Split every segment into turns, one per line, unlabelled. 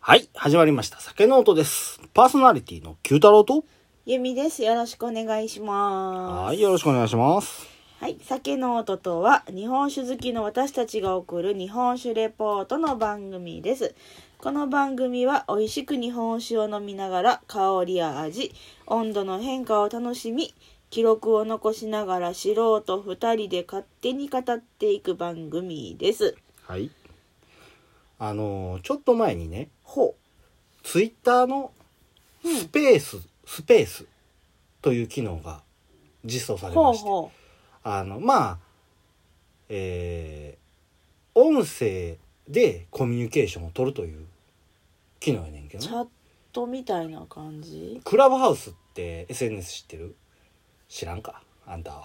はい、始まりました。酒ノートです。パーソナリティの九太郎と。
ゆみです。よろしくお願いします。
はい、よろしくお願いします。
はい。酒の音とは、日本酒好きの私たちが送る日本酒レポートの番組です。この番組は、美味しく日本酒を飲みながら、香りや味、温度の変化を楽しみ、記録を残しながら素人二人で勝手に語っていく番組です。
はい。あのーちょっと前にね、
ほ
ツイッターの
う。う
ス
ん。
ペース、スペースという機能が実装され
ほ
ま
う
して、
ほ
あの、まあ、えー、音声でコミュニケーションを取るという機能やねんけ
う。
ど
チ
ね、
ャットみたいな感じ
クラブハウスって SNS 知ってる知らんかあんたは。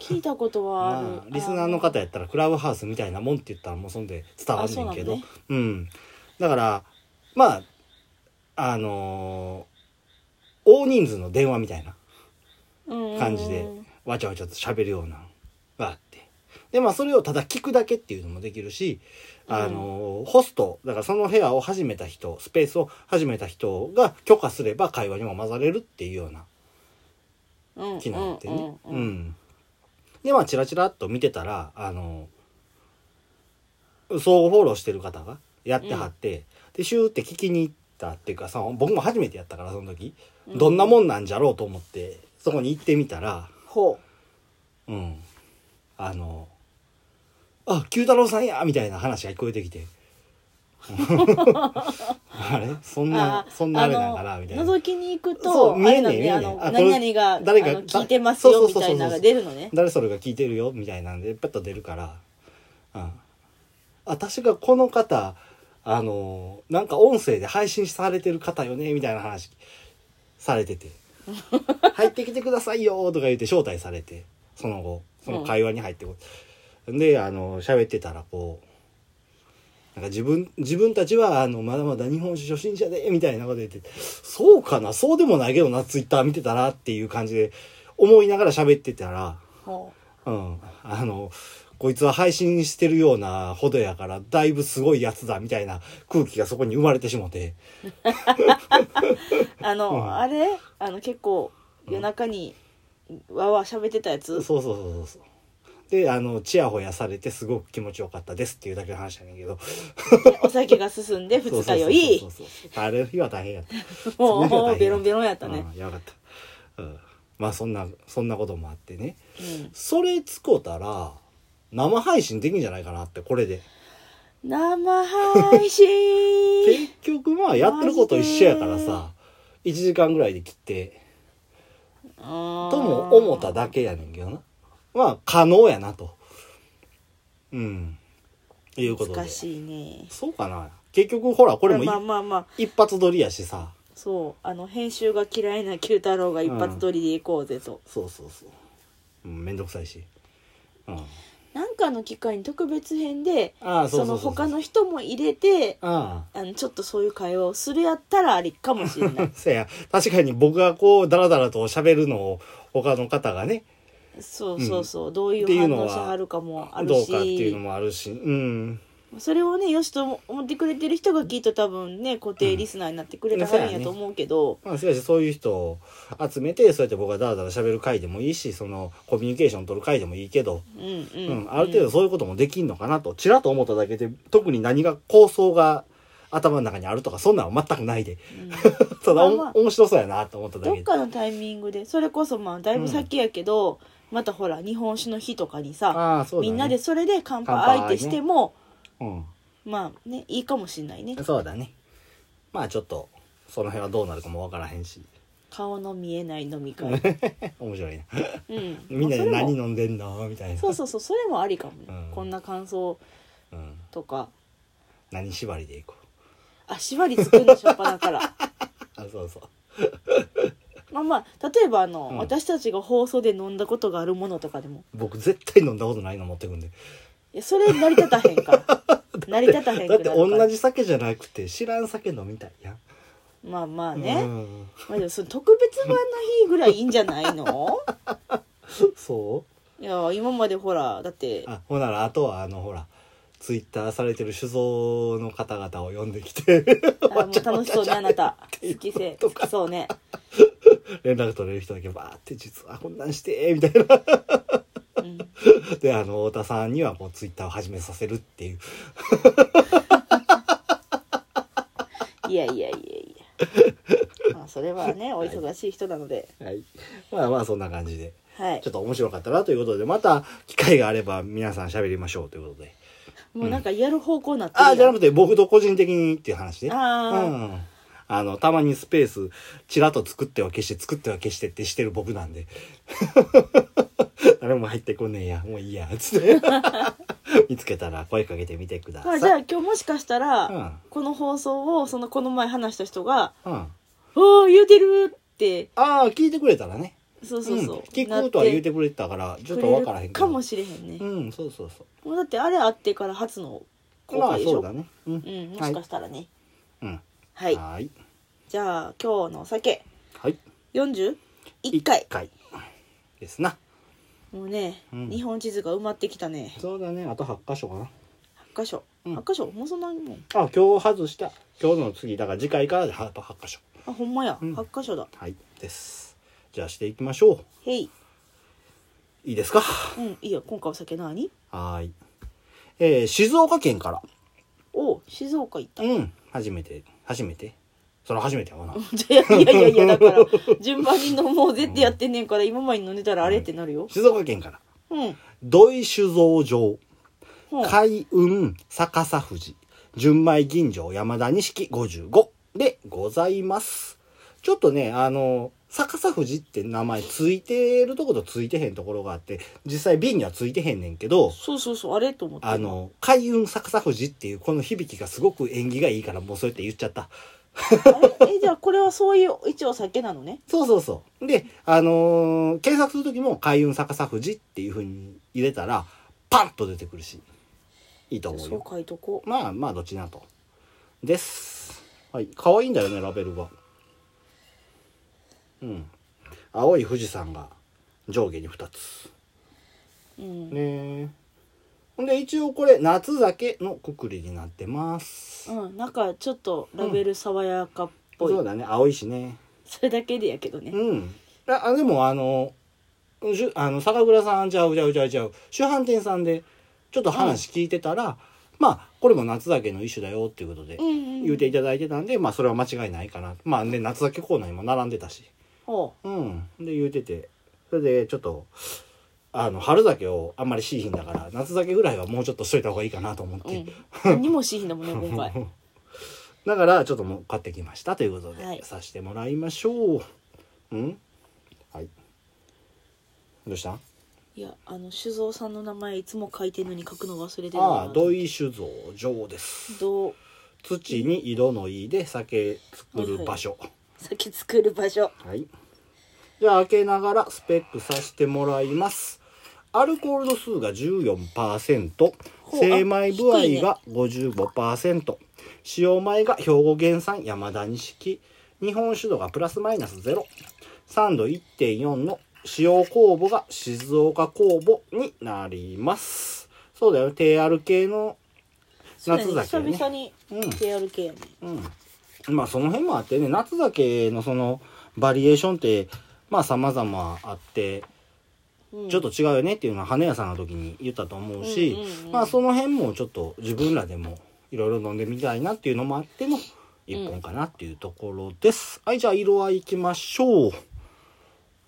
聞いたことはある。
まあ、リスナーの方やったらクラブハウスみたいなもんって言ったらもうそんで伝わんねんけど
あ
う,、
そうなん
んだからまああのー大人数の電話みたいな
の
感じでわちゃわちゃと喋るようなのがあってでまあそれをただ聞くだけっていうのもできるしあのーホストだからその部屋を始めた人スペースを始めた人が許可すれば会話にも混ざれるっていうような機能ってね。
う
うん
うんうん
ん。で、まあ、チラチラっと見てたら、あの、相互フォローしてる方がやってはって、で、シューって聞きに行ったっていうかさ、僕も初めてやったから、その時、
うん
どんなもんなんじゃろうと思って、そこに行ってみたら、
ほ
うん。あの、あ、九太郎さんやみたいな話が聞こえて きて。あれそん
う
な
あ、ー
そんなあれなんかなみたいな。
あの覗きに行く
そ
と
う見えねえ
あれなんだ
見えねえあ
あの
これ
何々
誰
が
か
あの聞いてますよ
そう
み
そうそう
た
そう
いなのが出るのね
誰それが聞いてるよみたいなんでパッと出るから、うん、私がこの方あのなんか音声で配信されてる方よねみたいな話されてて「入ってきてくださいよ」とか言って招待されてその後その会話に入ってこい、であの喋ってたらこうなんか自分自分たちはあのまだまだ日本酒初心者でみたいなこと言ってそうかなそうでもないけどなツイッター見てたらっていう感じで思いながら喋ってたら
ほ
うん。あの、こいつは配信してるようなほどやから、だいぶすごいやつだ、みたいな空気がそこに生まれてしもて。
うあの、
うん
あれあの結構夜中にわわ喋ってたやつ、
そうそうそうそうそう。で、あの、チヤホヤされてすごく気持ちよかったですっていうだけの話やねんけど。
でお酒が進んで
そう
二
そうそ
日酔
う
い
そうそうそう。あれの日は大変やった。 そ
も
の日は大変や
う
った
ベロンベロンやったね、
うん、やばかった。うん。まあそんな、そんなこともあってね。
うん
それつこたら、生配信できんじゃないかなって、これで。
生配信
結局まあやってること一緒やからさ、1時間ぐらいで切って、
と
と
も
も思っただけやねんけどな。まあ、可能やなと。うん。いうことで。
難しいね
そうかな。結局、ほら、これもい
まあまあまあ
一発撮りやしさ。
そうあの編集が嫌いな九太郎が一発撮りで行こうぜと、
そうそうそう。うん、めんどくさいし。うん。
なんかの機会に特別編で
ああ、そうそ
その
うそうそう。
他の人も入れて
あ
あのちょっとそういう会話をするやったらありかもしれな
あ。
い
せや、確かに僕がこう、ダラダラと喋るのを、他の方がね、
そうそうそう、どうい
っていうう
反
のは
応しはるかもある
どう
し
かっていうのもあるし、うん。
それをねよしと思ってくれてる人がきっと多分ね固定リスナーになってくれたはるんやと思うけど、
まあ、しかしそういう人を集めて、そうやって僕がダラダラ喋る回でもいいし、その、コミュニケーション取る回でもいいけど、
うんうん
うん、ある程度そういうこともできんのかなと、ちらっと思っただけで、特に何が構想が頭の中にあるとか、そんなのは全くないで。
うん
ただ、お
まあまあ
面白そうやなと思っただ
どっ
けで。
かのタイミングでそれこそまあだいぶ先やけど、またほら日本酒の日とかにさ、
ああ、そうだ、ね。
みんなでそれで乾
乾
杯
杯
相
ね
手しても、
う
まあねいいかもしんないね
ん。そうだね。まあちょっと、その辺はどうなるかもわからへんし。
顔の見えない飲み会、
面白いな。
うん、
みんな
ま
で
あそれも
何飲んでんのみたいな。
そうそうそうそれもありかもね、
うん
こんな感想
うん。
とか
何縛りでいこう。
あ縛りつくんでしょっぱなから
あ、そうそう。
まあまあ例えばあの、
うん
私たちが放送で飲んだことがあるものとかでも
僕絶対飲んだことないの持ってくんで。
いやそれ成り立たへんから 成り立たへ
だ
んくな
っ
る
て
から
同じ酒じゃなくて、知らん酒飲みたいやん。
まあまあね、
うん
まあ、でもその特別版の日ぐらいいいんじゃな いの
そう
いや今までほらだって
あほんならあとはあのほらツイッターされてる酒造の方々を呼んできて
あもう楽しそうねあなた好きせ好きそうね
連絡取れる人だけバーって実はこんなんしてみたいな
うん
であの太田さんにはこうツイッターを始めさせるっていう
いやいやいやいやまあそれはねお忙しい人なので
はい、まあまあそんな感じで
はい
ちょっと面白かったなということでまた機会があれば皆さん喋りましょうということで
もうなんかやる方向になってるやん
ああじゃなくて僕と個人的にっていう話ね
あー
うん、あのたまにスペースちらっと作っては消して作っては消してってしてる僕なんで 誰も入ってこねえやもういいやつって 見つけたら声かけてみてくだ
ま
さ
あ、
い
じゃあ今日もしかしたら、
うん
この放送をそのこの前話した人が
うん、あ
「おお言うてる!」って
あ聞いてくれたらね
そうそうそう、
ん、聞くとは言うてくれてたからちょっと分からへん
くれる
けど
かもしれへんね、
うんそうそうそう
もうだってあれあってから初の公
まあ
開でし
そ
ょ、
うだねうん、
うんもしかしたらね
うん
はい、
はい
じゃあ今日のお酒
はい
41回
一回ですな
もうね、
うん
日本地図が埋まってきたね
そうだねあと8箇所かな
8箇所、
うん
8箇所もうそんなにもん
あ今日外した今日の次だから次回からであと8箇所
あほんまや、
うん
8箇所だ
はいですじゃあしていきましょ
へいう
いいですか
うんいいよ今回お酒何
はーいえー、静岡県から
おう静岡行った
うん初めて初めてそれ初めてやわな
いやいやいやいやだから順番に飲もうぜってやってんねんから今まで飲んでたらあれってなるよ
静岡県から
うん
土井酒造場
ほう
海運逆さ富士純米吟醸山田錦55でございますちょっとねあの逆さ富士って名前ついてるとことついてへんところがあって実際瓶にはついてへんねんけど
そうそうそうあれと思って
あの海運逆さ富士っていうこの響きがすごく縁起がいいからもうそうやって言っちゃった
あれえじゃあこれはそういう一応お酒なのね
そうそうそうであのー検索する時も海運逆さ富士っていうふうに入れたらパンと出てくるしいいと思う
そ
よ
う書いとこ
まあまあどっちなと。です。はい。可愛いんだよね、ラベルは。うん。青い富士山が上下に2つ。
う、うん
ねえ。ほんで一応これ夏酒のくくりになってます。
うん、なんかちょっとラベル爽やかっぽい、
そうだね、青いしね。
それだけでやけどね、
うん。あ、あでもあの、しゅあの酒蔵さんちゃうちゃうちゃうちゃう主販店さんでちょっと話聞いてたら、まあこれも夏酒の一種だよっていうことで、
うんうん、
言うていただいてたんで、まあそれは間違いないかな。まあね、夏だけコーナーにも並んでたし。
ほ
うん。で、言うてて。それで、ちょっと、あの、春酒をあんまりしいひんだから、夏酒ぐらいはもうちょっとしといた方がいいかなと思っ
う、う
て。
ん、何もしいひんだもんね 今回
だから、ちょっともう買ってきましたということで、
はい
さしてもらいましょう。うんはい。どうした
いやあの酒造さんの名前いつも書いてんのに書くの忘れてる
ああ、土
う
井酒造場です。
どう
土に色のいいで酒作る場所。
酒作る場所
はい。じゃあ開けながらスペックさせてもらいます。アルコール度数が14%、
ほう
精米部
あ低い
合
ね
が55%、使用米が兵庫原産山田錦、日本酒度がプラスマイナス0、酸度1.4の使用酵母が静岡酵母になります。そうだよ、低アル系の
そうや
夏
ね
酒やね。
久々に
うん
TRK やね、
うん、まあその辺もあってね夏酒のそのバリエーションってまあ様々あって
うん
ちょっと違うよねっていうのは花屋さんの時に言ったと思うし、
うんうんうん
まあその辺もちょっと自分らでもいろいろ飲んでみたいなっていうのもあっての一本かなっていうところです、はいじゃあ色合いいきましょう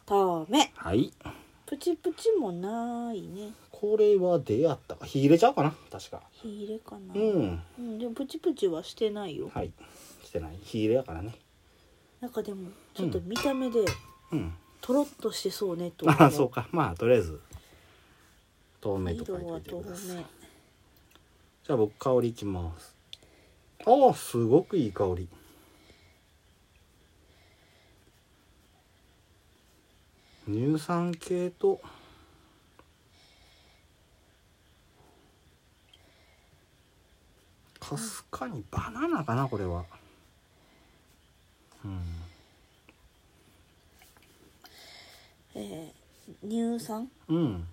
ダメ
はい
プチプチもないね
これは出会ったか火入れちゃうかな確か
火入れかな、
うん
うんでもプチプチはしてないよ、
はいしてない火入れやからね
なんかでもちょっと見た目で
うん
とろっとしてそうねと思
ああ そうかまあとりあえず透明と書い
色
てお
はい
て
透
ください
明
じゃあ僕香りいきますああすごくいい香り乳酸系とかすかにバナナかなこれは
えー、乳酸
うん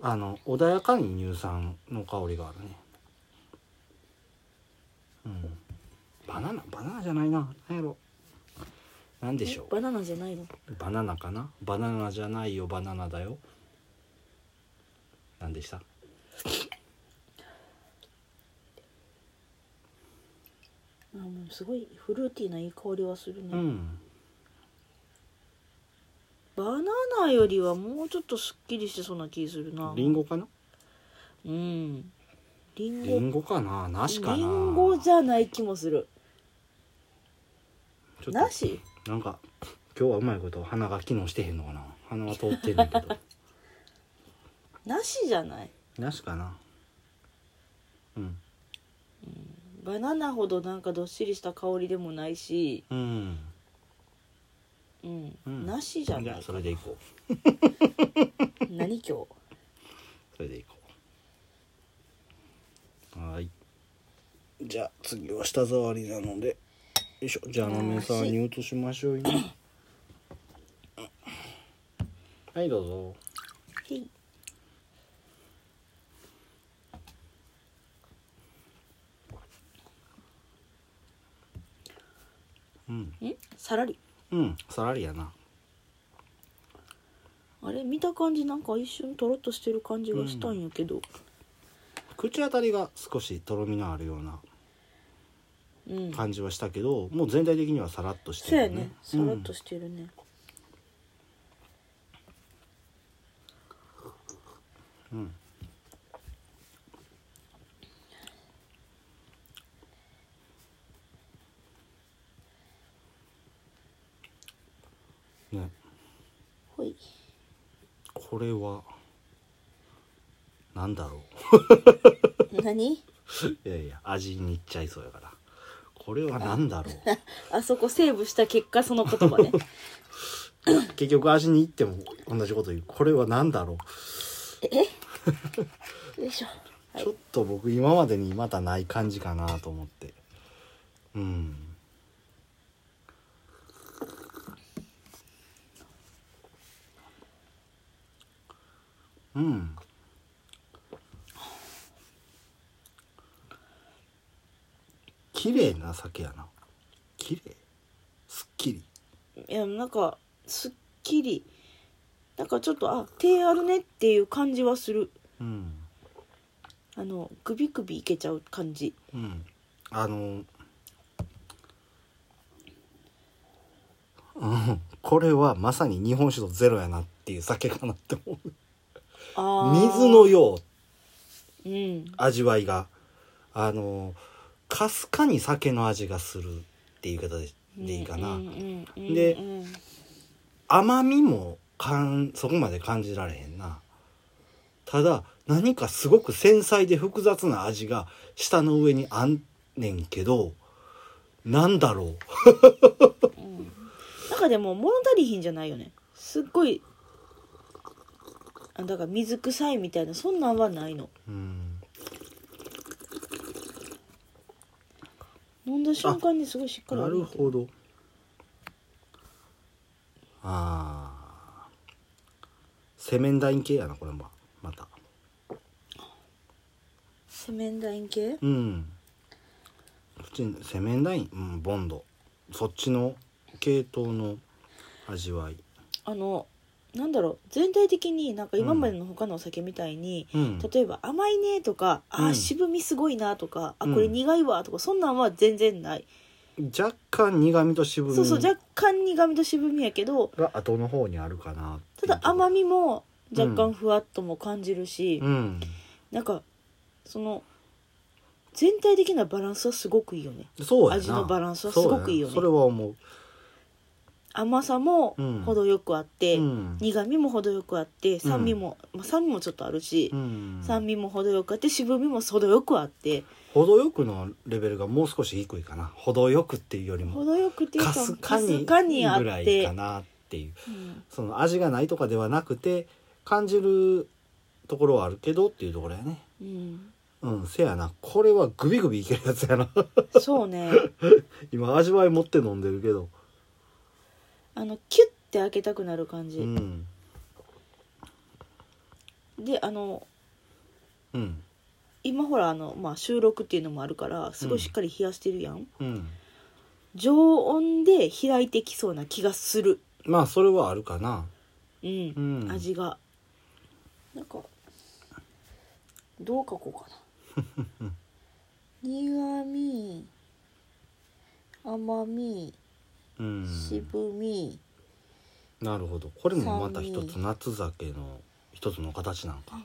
あの穏やかに乳酸の香りがあるねうんバナナバナナじゃないな何やろ何でしょう
バナナじゃないの
バナナかなバナナじゃないよバナナだよ何でした
あもうすごいフルーティーないい香りはするね、
うん
バナナよりはもうちょっとすっきりしてそうな気するな
リンゴかな
うんリン
リ
ゴ
ンゴかな梨かな
リンゴじゃない気もする
ちょっと
なし
なんか今日はうまいこと鼻が機能してへんのかな鼻は通ってんねんけど
なしじゃない
梨かなうん
バナナほどなんかどっしりした香りでもないし
うん
うん、
うん
なしじゃ
じ
な
ゃあ
い
それでいこう
何今日
それでいこうはーいじゃあ次は舌触りなのでよいしょじゃあなめさんに移しましょうよはいどうぞ
へい
うん
んさらり
うんさらりやな
あれ見た感じなんか一瞬とろっとしてる感じがしたんやけど
口当たりが少しとろみのあるような
うん、
感じはしたけどもう全体的にはさらっとして
そう
る
や
よ
ね
ね
さらっとしてるね、
うんうんね
ほい
これはなんだろ
何
ういやいや味にいっちゃいそうやからこれはなんだろ
あそこセーブした結果その言葉ね
う 結局味にいっても同じこと言うこれはなんだろ
よいしょ
うちょっと僕今までにまたない感じかなと思ってうんうん綺麗な酒やな綺麗すっきり
いやなんかすっきりなんかちょっとあ手あるねっていう感じはする
うん
あの首首いけちゃう感じ
うんあのうんこれはまさに日本酒のゼロやなっていう酒かなって思う
あー
水のよう
うん
味わいがあのかすかに酒の味がするっていう言い方ででいいかな、
うんうんうんうん
で
うん
甘みもかんそこまで感じられへんなただ何かすごく繊細で複雑な味が舌の上にあんねんけどなんだろう
なんかでも物足りひんじゃないよねすっごいあだから水臭いみたいなそんなんはないの
うん
飲んだ瞬間にすごいしっかり
な
あ
る
る
ほどああセメンダイン系やなこれもまた
セメンダイン系
うん普通にセメンダイン、うん、ボンドそっちの系統の味わい
あのなんだろう全体的になんか今までの他のお酒みたいに、
うん
例えば甘いねとか、あ
う
ー
ん
渋みすごいなとか、
うん
あこれ苦いわとかそんなんは全然ない、
若干苦味と渋み
そうそう若干苦みと渋みやけど
が後の方にあるかな
ただ甘
み
みも若
う
干
ん
ふわっとも感じるし、
うん
なんかその全体的なバランスはすごくいいよね
そうやな
味のバランスはすごくいいよね
そうやなそれは思う、
甘さも
うん
程よくあって、
うん
苦味も程よくあって酸味も、まあ、酸味もちょっとあるし、
うん、
酸味も程よくあって渋みも程よくあって
程よくのレベルがもう少し低いかな程よくっていうよりも
程よくっていう
か
か
すか
かす
に
かにあっ
ぐらい
て
かなっていう
うん
その味がないとかではなくて感じるところはあるけどっていうところやね
うん、
うんせやなこれはグビグビいけるやつやな
そうね
今味わい持って飲んでるけど
あのキュッて開けたくなる感じ、
うん
であの
うん
今ほらあの、まあ、収録っていうのもあるからすごいしっかり冷やしてるやん、
うん
常温で開いてきそうな気がする
まあそれはあるかな
うん、
うん
味がなんかどう書こうか な苦み甘み
うん
渋み、
なるほどこれもまた一つ夏酒の一つの形なんか
甘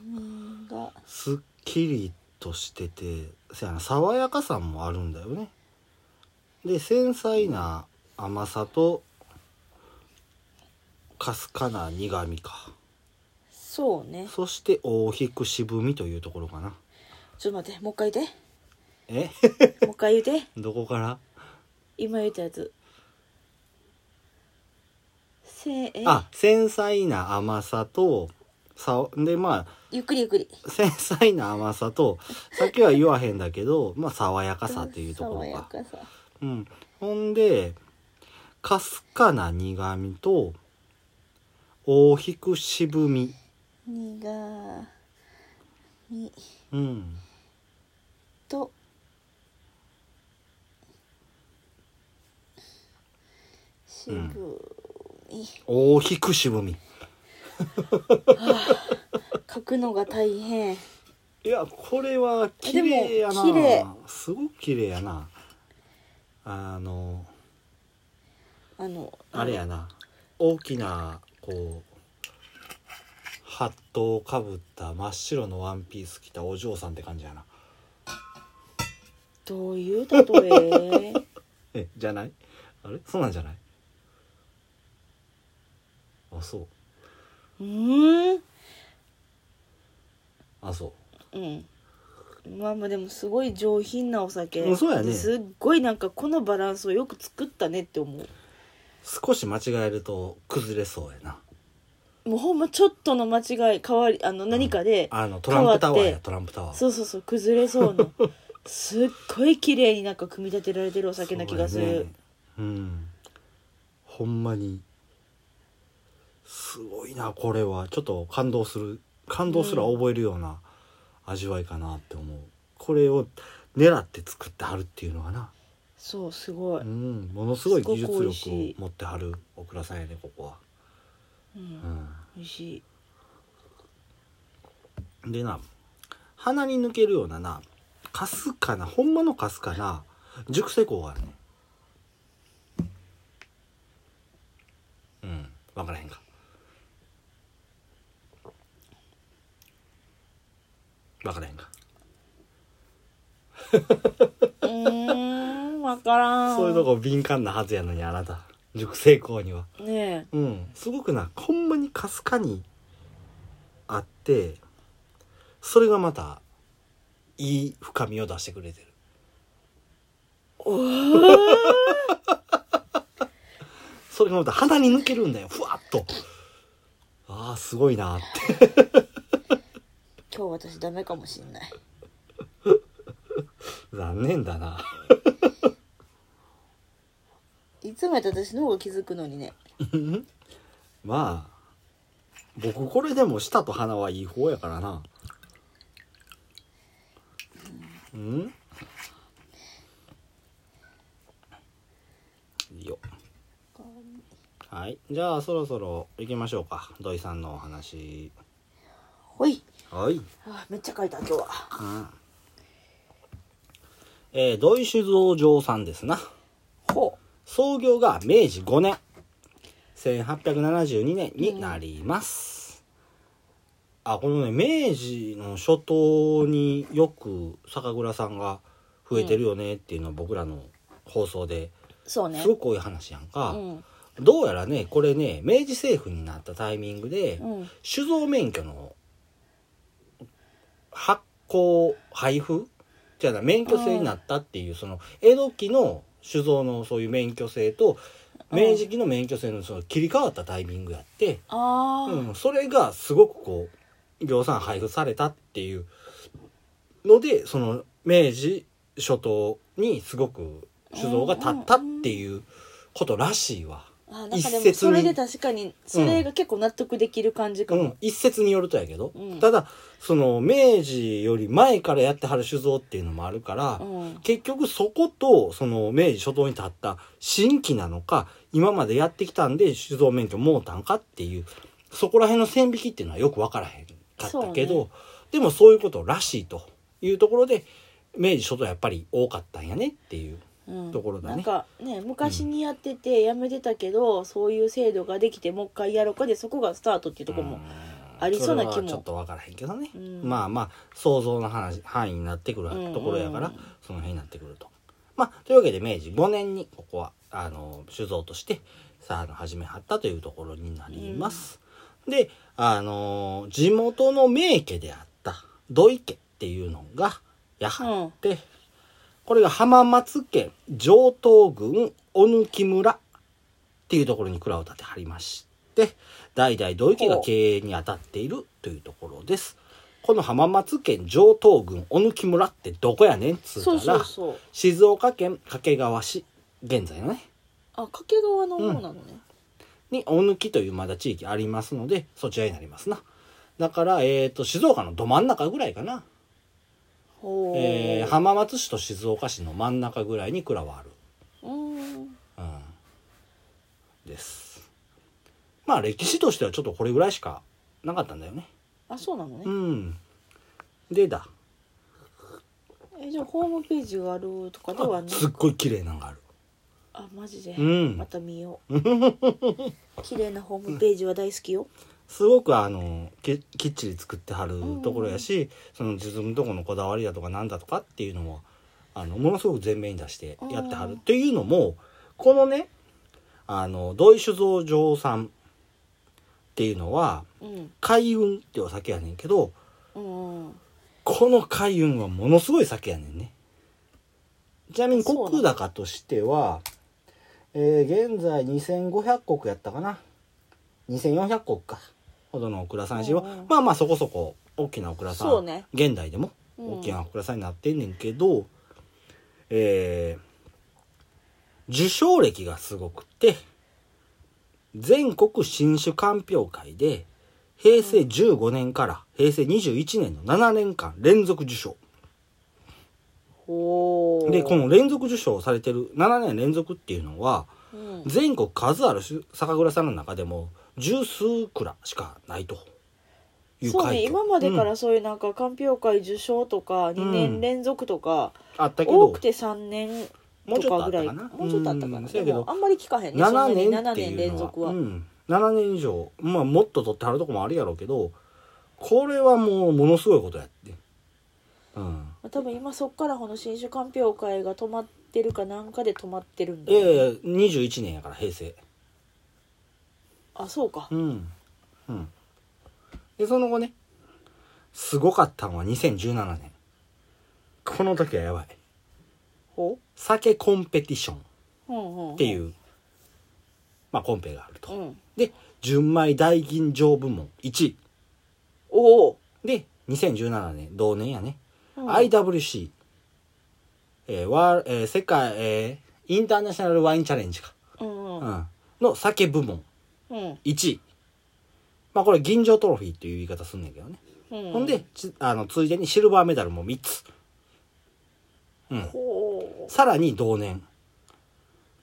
みが
すっきりとしててせやな爽やかさもあるんだよねで繊細な甘さとかすかな苦みか
そうね
そして大引く渋みというところかな
ちょっと待ってもう一回言っ
え
てもう一回言うて
どこから
今言ったやつせえ
あ繊細な甘さとさでま
ゆっくりゆっくり
あ繊細な甘さとさっきは言わへんだけどまあ爽やかさっていうとこ
爽
ろ
や
か
かさ
うん、ほんでかすかな苦みと大引く渋み
苦み
うん
と渋い、
大引く渋み
書くのが大変
いやこれは綺麗やな
でも綺麗
すごく綺麗やなあの
あの
あれやな大きなこうハットをかぶった真っ白のワンピース着たお嬢さんって感じやな
どういう例え
えじゃないあれそうなんじゃないあそう
うーん
あそう
うんまあまあでもすごい上品なお酒
そうやね
ですっごいなんかこのバランスをよく作ったねって思う
少し間違えると崩れそうやな
もうほんまちょっとの間違い変わりあの何かで、
あのトランプタワー
変わ
や
って
トランプタワー
そうそうそう崩れそうなすっごい綺麗になんか組み立てられてるお酒な気がす
そうや
る、
ねうんほんまにすごいなこれはちょっと感動する感動すら覚えるような味わいかなって思う、これを狙って作ってはるっていうのはな、
そうすごい、
うん、ものすごい技術
すごく美
力
味しい
を持ってはる小倉さんやねここは、
う、
うんん、
美味しい
でな鼻に抜けるようななかすかなほんまのかすかな熟成香があるねうん分からへんか分からへんか
うーん分からん
そういうとこ敏感なはずやのにあなた熟成香には
ね
うんすごくなほんまにかすかにあってそれがまたいい深みを出してくれてるそれがまた鼻に抜けるんだよふわっとああすごいなって
え今日私ダメかもしんない
残念だない
つもやったら私の方が気づくのにね
まあ僕これでも舌と鼻はいい方やからなうんいいよはいじゃあそろそろ行きましょうか土井さんのお話
ほい
はい、
あめっちゃ書いた今日は
うんえー、土井酒造場さんですな
ほ
創業が明治5年1872年になります、あこのね明治の初頭によく酒蔵さんが増えてるよねっていうのは僕らの放送で
うそうね
すごく多い話やんか、
うん
どうやらねこれね明治政府になったタイミングで、
うん
酒造免許の発行配布じゃあな免許制になったっていうその江戸期の酒造のそういう免許制と
うん
明治期の免許制のその切り替わったタイミングやって、
あー、
うん、それがすごくこう量産配布されたっていうのでその明治初頭にすごく酒造が立ったっていうことらしいわ。
うあなんかで
一説
も
に
それで確かにそれが結構納得できる感じか
う
も、
ん、一説によるとやけど、
うん
ただその明治より前からやってはる酒造っていうのもあるから、
うん
結局そことその明治初頭に立った新規なのか今までやってきたんで酒造免許もうたんかっていうそこら辺の線引きっていうのはよく分からへんかったけど、
そうね
でもそういうことらしいというところで明治初頭やっぱり多かったんやねっていう。
うん
ところだね
なんかね昔にやっててやめてたけど、そういう制度ができてもう一回やろうかでそこがスタートっていうところもありそうな気
そ
も
れはちょっと分からへんけどね、
うん
まあまあ想像の話範囲になってくる
うんうん
ところやから、その辺になってくると。まあというわけで明治5年にここはあの酒造としてさあの始めはったというところになります。であの地元の名家であった土井家っていうのがやはって、これが浜松県上東郡小貫村っていうところに蔵を建てはりまして代々土井家が経営に当たっているというところですこの浜松県上東郡小貫村ってどこやねんっつうた
そ
ら
うそうそう
静岡県掛川市現在のね
あ掛川の方なのね、
に小貫というまだ地域ありますのでそちらになりますなだから、えー、と静岡のど真ん中ぐらいかな、
ほう
えー浜松市と静岡市の真ん中ぐらいに蔵はある
うん
うんですまあ歴史としてはちょっとこれぐらいしかなかったんだよね
あそうなのね、
うんでだ
えじゃあホームページがあるとかでは
あ
ね
すっごい綺麗なのがある
あマジで、
うん
また見よう 綺麗なホームページは大好きよ、
すごくあのききっちり作ってはるところやし、その自分のとこのこだわりだとかなんだとかっていうのもあのものすごく前面に出してやっては
う
る
ん
っていうのもこのねあの土井酒造場さんっていうのは
うん、
海運ってお酒やねんけど
うんうん
この海運はものすごい酒やねんねちなみに
そうなんだ
国高としては、えー現在2500国やったかな2400国かほどのお蔵さんしは
うんうん
まあまあそこそこ大きなお蔵さん
そうね
現代でも
うん
大きなお蔵さんになってんねんけど、えー受賞歴がすごくて全国新酒鑑評会で平成15年から平成21年の7年間連続受賞
ほう
でこの連続受賞されてる7年連続っていうのは
うん、
全国数ある酒酒蔵さんの中でも十数蔵しかないという
そうね
快挙
今までか
うん
らそういうなんか鑑評会受賞とか2
うん
年連続とか、
あったけ
多
ど
くて3年
もうち
と
ょっと
か
あっ
ぐら
た
い
かな
もうちょっとあったかな
うんせ
で
やけど
もあんまり聞かへんね
7
そん
年
なに
っ
7
ていう
年
の
連続は、
うん、7年以上まあもっと取ってはるとこもあるやろうけどこれはもうものすごいことやってうん
多分今そっからこの新種鑑評会が止まってるかなんかで止まってるんだ
いやい
よ
や21年やから平成
あそうか
うんうんでその後ねすごかったのは2017年この時はやばい
ほ
酒コンペティションっ
ううんうんうん
ていう、まあコンペがあると、
うん
で純米大吟醸部門1位
おお、
で2017年同年やね
うん
IWC、えーワーえー世界、えーインターナショナルワインチャレンジか、
う
う
んうん
ん、の酒部門
うん
1位。まあこれ銀醸トロフィーという言い方すんねんけどね。
うん
ほんで、ちあの、ついでにシルバーメダルも3つ。うん。
ほう
さらに同年、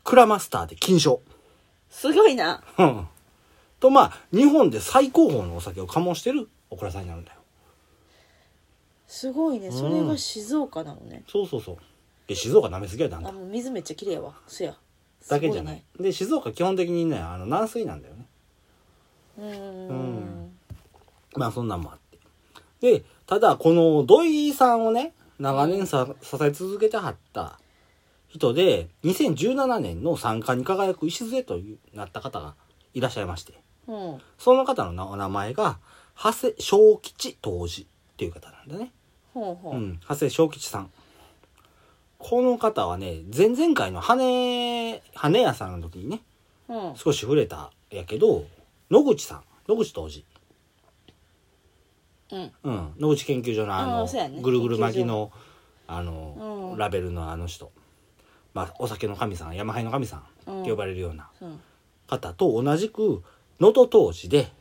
クラマスターで金賞。
すごいな
うん。とまあ、日本で最高峰のお酒を醸してるお蔵さんになるんだよ。
すごいねそれが静岡なのね、
そうそうそう。で、静岡舐めすぎやであん
あ
た。
もう水めっちゃ綺麗やわそや
だけじゃない。で、静岡基本的にね、あの、軟水なんだよね。
すごいねうー
うん
ん
まあそんなんもあって。で、ただこの土井さんをね、長年さ支え続けてはった人で、2017年の参加に輝く礎というなった方がいらっしゃいまして、
うん
その方のなお名前が、長谷正吉当時っていう方なんだね。
ほうほう、
うん、長谷正吉さん。この方はね、前々回の羽、羽屋さんの時にね、
うん
少し触れたやけど、野口さん、野口当時。
うん
うん、野口研究所のあ
あーそうや
の、
ね
ぐるぐる巻きのあの、
うん
ラベルのあの人、まあ、お酒の神さん山ハイの神さんっ
うん
て呼ばれるような
うん
方と同じく能登当時で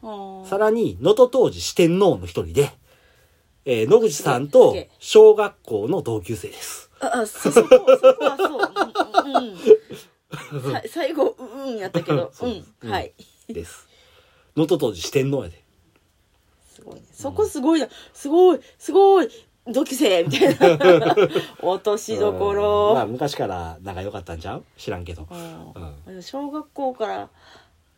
ほう
さらに能登当時四天王の一人で、えー野口さんと
すげえ
小学校の同級生です。
ああそそこそこはそう、うんうんうん、さ最後「うん」やったけ ど「
そううです
ん」はい
です。能登当時四天王やで。
すごいねそこすごいなすごいすごい同級生みた いな落としどこ
うんまあ
ろ
昔から仲良かったんちゃう知らんけど。
うんでも小学校から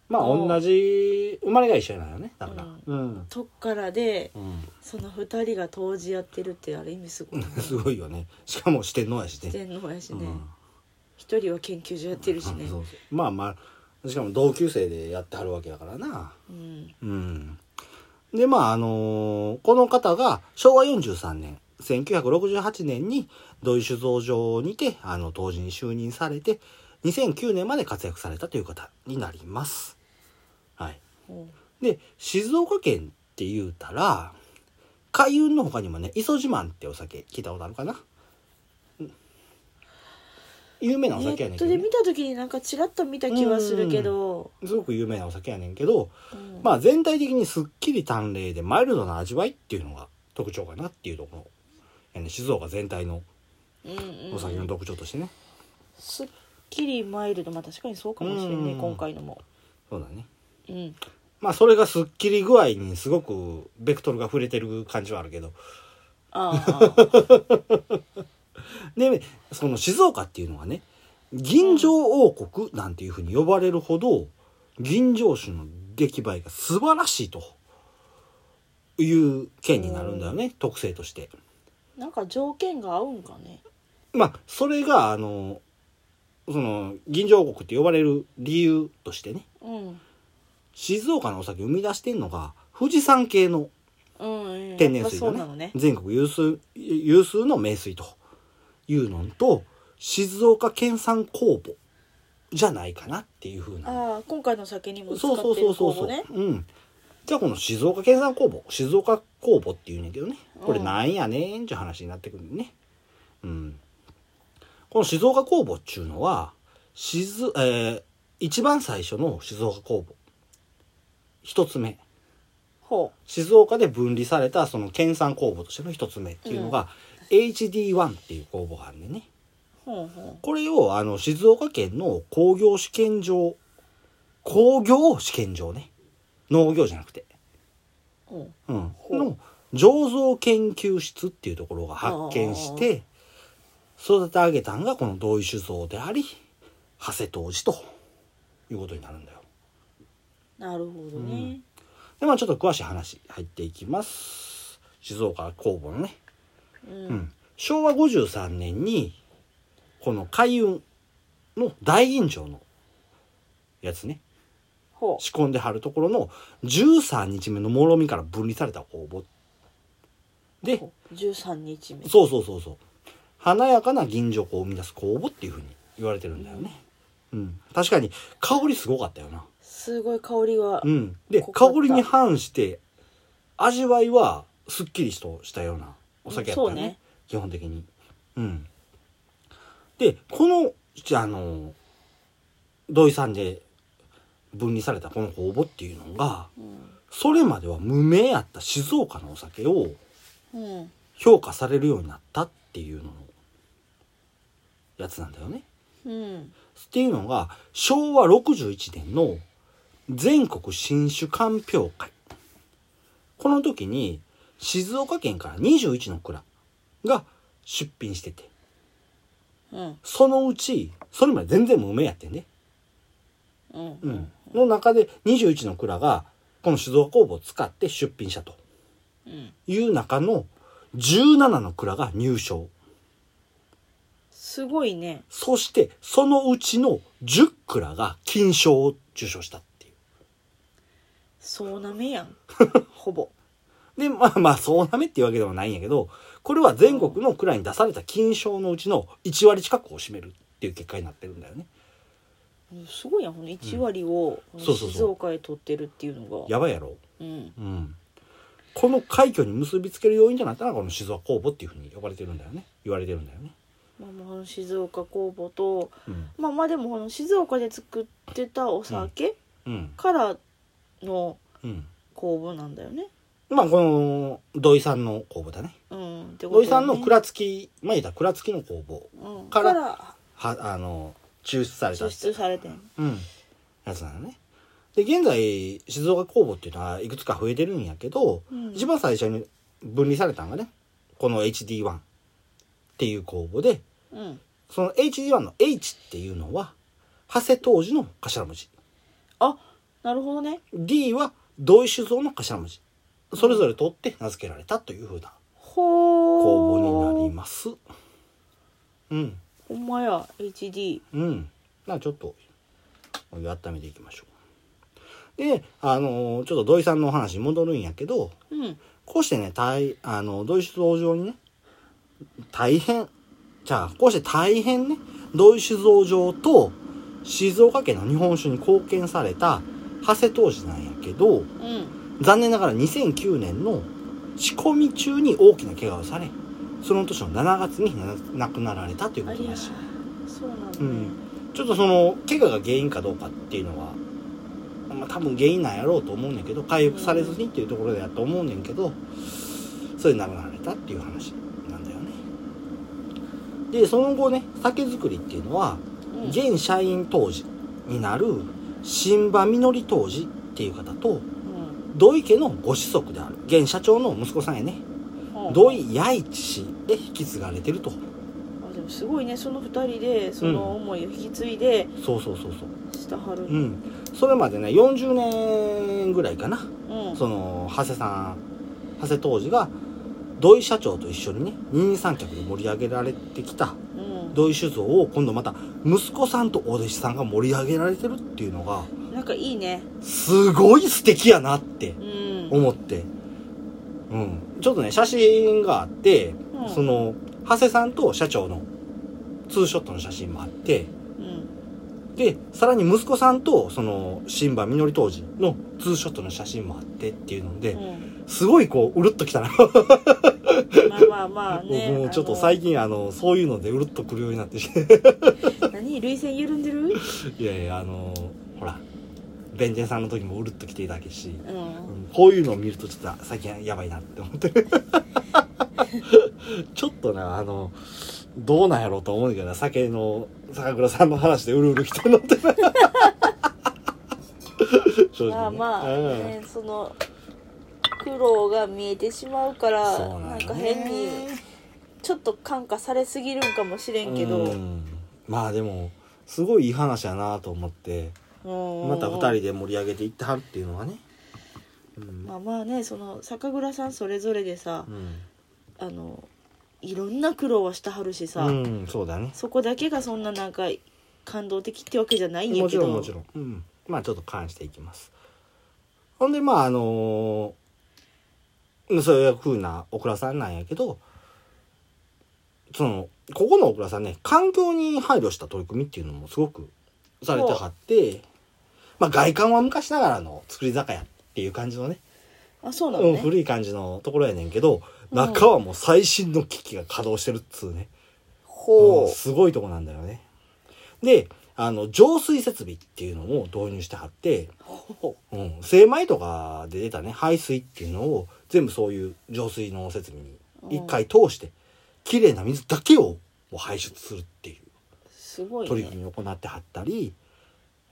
まあ
うん
同じ、生まれが一緒なのね、だから。
う
うん。
とっからで
うん。
その二人が当時やってるってあれ意味すごいね
すごいよね。しかも四天王やしね。
四天王やし
う
ね
ん
一人は研究所やってるし
あ
ね
そうそうまあまあしかも同級生でやってはるわけだからな
うん
うんでまああのーこの方が昭和43年1968年に土井酒造場にてあの当時に就任されて2009年まで活躍されたという方になりますはい
ほ
で静岡県って言うたら海運の他にもね磯自慢ってお酒聞いたことあるかな、うん有名
う
なお
ネ
酒やね
ッ
ん
ト
ね
で見た時になんかチラッと見た気はするけど、
すごく有名なお酒やねんけど、
うん
まあ全体的にすっきり淡麗でマイルドな味わいっていうのが特徴かなっていうところやね静岡全体の
うんうん
お酒の特徴としてね、
すっきりマイルドまあ確かにそうかもしれんね
うん
今回のも
そうだね
うん
まあそれがすっきり具合にすごくベクトルが触れてる感じはあるけど
ああ
でその静岡っていうのはね銀醸王国なんていうふうに呼ばれるほど銀醸酒の出来栄えが素晴らしいという県になるんだよね特性として。
なんか条件が合うんかね
まあそれがあのその銀条国って呼ばれる理由としてね
うん
静岡のお酒生み出してんのが富士山系の
うんうん
天然水
やっぱそう
が
な
ね,、
のね
全国有数有数の名水というのと静岡県産酵母じゃないかなっていうふうな
ああ今回の酒にも使
そ
っ
うそう
て
そ
る
うそう
酵
そ
母
う、
ね
うんじゃあこの静岡県産酵母静岡酵母っていうんやけどねこれ
うん
なんやねんっていう話になってくるんねうんこの静岡酵母っちゅうのは静、えー一番最初の静岡酵母一つ目
ほ
静岡で分離されたその県産酵母としての一つ目っていうのが、HD1 っていう酵母があるんでね
うほうほ
これをあの静岡県の工業試験場工業試験場ね農業じゃなくて、
ううん
うん、
ほう
の醸造研究室っていうところが発見して育て上げたんがこの同意酒造であり長谷当時ということになるんだよ。
なるほどね
でまあちょっと詳しい話入っていきます。静岡工房のね、
う
うんん、昭和53年にこの海運の大吟醸のやつね
ほ
仕込んではるところの13日目のもろみから分離された酵母で
う13日目
そうそうそうそう華やかな銀醸を生み出す酵母っていうふうに言われてるんだよね、うん、確かに香りすごかったよな、
すごい香りが
うん、で
濃か
香
った
りに反して味わいはすっきりとしたようなお酒やったよ
うん
ね,、
そうね
基本的にうんでこのじゃああの土井さんで分離されたこの酵母っていうのが
うん
それまでは無名やった静岡のお酒を
うん
評価されるようになったっていうののやつなんだよね。
うん
っていうのが昭和61年の全国新酒鑑評会。この時に静岡県から21の蔵が出品してて、
うん
そのうち、それまで全然無名やってんね。
うんう
うんん。の中で21の蔵がこの酒造工房を使って出品したと。
うん
いう中の17の蔵が入賞。
すごいね
そして、そのうちの10蔵が金賞を受賞したってい
そうなめ やんほぼ
う。で、まあまあ、そうなめっていうわけではないんやけど、これは全国の蔵に出された金賞のうちの1割近くを占めるっていう結果になってるんだよね。
うんすごいやんこの1割を
そうそうそう
静岡へ取ってるっていうのが
やばいやろ
うん
うん。この快挙に結びつける要因となったのがこの静岡工房っていうふうに呼ばれてるんだよね。言われてるんだよね。
うまあ、まあこの静岡工房と
うん
まあまあでもこの静岡で作ってたお酒
うん
からの
うん
工房なんだよね。
まあこの土井さんの工房だね
うん、ってこと
土井
だ
さ
よね
んの蔵付きまあ言うたら蔵付きの工房
うん
か
からら
はあの抽出された
抽出されてん。
うん、やつなのね。で現在静岡工房っていうのはいくつか増えてるんやけど、
うん
一番最初に分離されたのがねこの HD1 っていう工房で
うん。
その HD1 の H っていうのは長谷当時の頭文字
あなるほどね。
D は同意酒造の頭文字それぞれ取って名付けられたというふうな
ほ
工
う。
房になります。うん
ほんまや HD。
うん。まあちょっと、お湯温めていきましょう。で、あのーちょっと土井さんのお話に戻るんやけど、
うん
こうしてね、大、あの、土井酒造場にね、大変、じゃあ、こうして大変ね、土井酒造場と静岡県の日本酒に貢献された長谷当時なんやけど、
うん
残念ながら2009年の仕込み中に大きな怪我をされ、その年の7月に亡くなられたという
あ
こと
り
ら
ゃ
しい。
そうなんだ、ね
うんちょっとその怪我が原因かどうかっていうのは、まあ、多分原因なんやろうと思うねんけど回復されずにっていうところでやと思うねんけどそれで亡くなられたっていう話なんだよねでその後ね酒造りっていうのは
うん
現社員当時になる新馬実当時っていう方と
うん
土井家のご子息である現社長の息子さんやね
はあ
土井弥一氏で引き継がれてると
あでもすごいねその二人でその思いを引き継いで
そうそうそうそう
したはる
う
うん
んそれまでね40年ぐらいかな
うん
その長谷さん長谷当時が土井社長と一緒にね二人三脚で盛り上げられてきた土井酒造を今度また息子さんとお弟子さんが盛り上げられてるっていうのが
なんかいいね
すごい素敵やなって
うん
思って、うん、ちょっとね写真があって、
うん
その長谷さんと社長のツーショットの写真もあって
うん
でさらに息子さんとその新馬実当時のツーショットの写真もあってっていうので、
うん
すごいこううるっときたな
まあまあまあね
僕もちょっと
あの
最近あのそういうのでうるっとくるようになってきて
何涙腺緩んでる
いやいやあのほら弁天さんの時もうるっときていただけし、
う
うんんこういうのを見るとちょっと最近やばいなって思ってる ちょっとなあのどうなんやろうと思うんだけどな酒の酒蔵さんの話でうるうるきたのって 正直、ね、
まあまあ
うん
ねその苦労が見えてしまうから
そう
な
なん
ん
よ
か
ね
変にちょっと感化されすぎるんかもしれんけど
うんまあでもすごいいい話やなと思ってま
ま
た2人で盛り上げていってはるっていうのはねうん、
まあまあねその酒蔵さんそれぞれでさ
う、ん
あのいろんな苦労はしたはるしさ、
うんそうだね
そこだけがそんななんか感動的ってわけじゃないんや
も
け
ち
ど
ろんもちろん、うん、まあちょっと関していきますほんでまああのーそういう風なオクラさんなんやけどそのここのオクラさんね環境に配慮した取り組みっていうのもすごくされてはって、まあ、外観は昔ながらの造り酒屋っていう感じのね
あそうな
う
の
ん、
ね、
古い感じのところやねんけど、
うん
中はもう最新の機器が稼働してるっつうね、うん
ほ
すごいとこなんだよねであの浄水設備っていうのを導入してはって、
う
うん、精米とかで出たね排水っていうのを全部そういう浄水の設備に一回通して綺麗な水だけをもう排出するっていう
すごい
取り
ね
組みを行ってはったり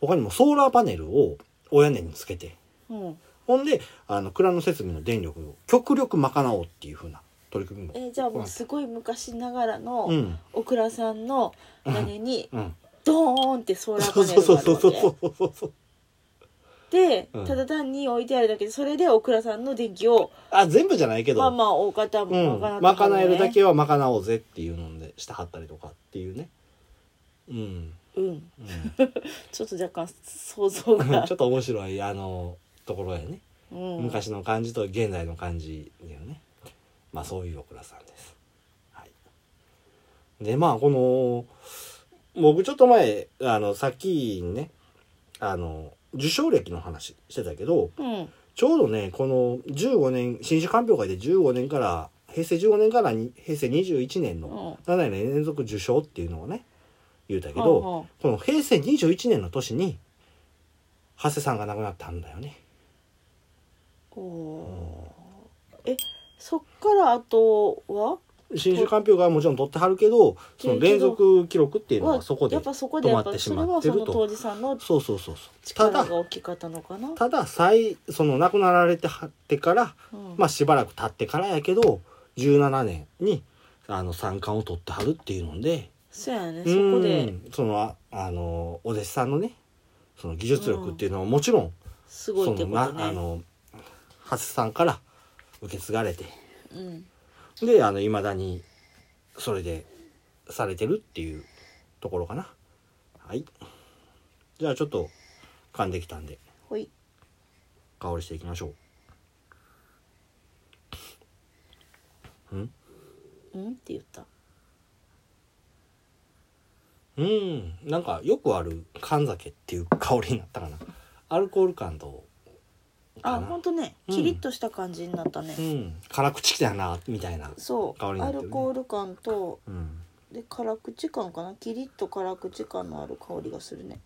他にもソーラーパネルをお屋根につけて
うん
ほんで、あの、蔵の設備の電力を極力賄おうっていう風な取り組みも。
えーじゃあもうすごい昔ながらの
うん。
オクラさんの屋根に
うん。
ドーンってソーラー
そう
パネ
そう
ル
そう
があ
そうそ
る
う
わ
そうそうそう。
けで
うん
ただ単に置いてあるだけでそれでオクラさんの電気を
あ、全部じゃないけど。
まあまあ大方
う
も
ん。
賄って
賄えるだ
はね
けは賄おうぜっていうので、してはったりとかっていうね。うん。
うん
うん
ちょっと若干想像が
ちょっと面白い、あの、ところやね。
うん
昔の感じと現代の感じだよね。まあそういうお倉さんです。はい。で、まあこの、僕ちょっと前、あの、さっきね、あの、受賞歴の話してたけど、
うん
ちょうどね、この15年、新種鑑評会で15年から平成15年からに平成21年
う
の
ん
7年連続受賞っていうのをね言うたけ
ほう
ど
ほ
この平成21年の年に長谷さんが亡くなったんだよね。
うおーえそっからあとは
新種鑑評会はもちろん取ってはるけどその連続記録っていうの
は
はそこで
やっぱそこでやっぱそれはそ
止まってしまってる
の
と
当時さんの
そうそうそうそうた
力が
だ
大きかったのかな、
ただ再その亡くなられてはってから、
うん
まあ、しばらく経ってからやけど17年にあの三冠を取ってはるっていうので
そうやね
う
そ
ん
こで
そのああのお弟子さんのねその技術力っていうのはもちろん、
すごい
そ
って
の
こと
な
ね
あの長谷さんから受け継がれて
うん、
であの未だにそれでされてるっていうところかなはいじゃあちょっと噛んできたんで
ほい
香りしていきましょうん
うんって言った
うんなんかよくある缶酒っていう香りになったかなアルコール感と
あ
かな
ほんとね
うん
キリッとした感じになったね、
うん辛口だなみたいな
そう
香りにな
ア
ってるね
ルコール感と
うん
で辛口感かなキリッと辛口感のある香りがするね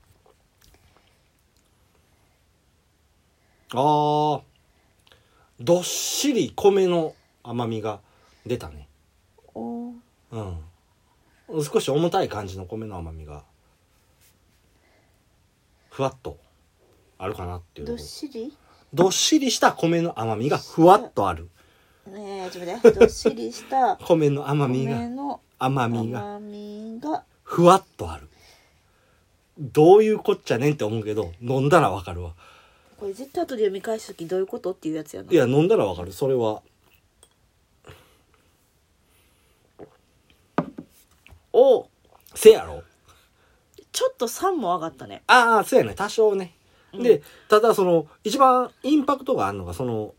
あーどっしり米の甘みが出たね
おー
うん少し重たい感じの米の甘みがふわっとあるかなっていうと
どっ
ころ
しり
どっしりした米の甘みがふわっとある
ねえちょっと待ってどっしりした
米の甘み
米
が
の
甘みが
甘みが
ふわっとあるどういうこっちゃねんって思うけど飲んだらわかるわ
これ絶対後で読み返す時どういうことっていうやつやない
や飲んだらわかるそれは
おう
せやろ
ちょっと酸も上がったね
ああそうやね多少ねで、ただその一番インパクトがあるのがその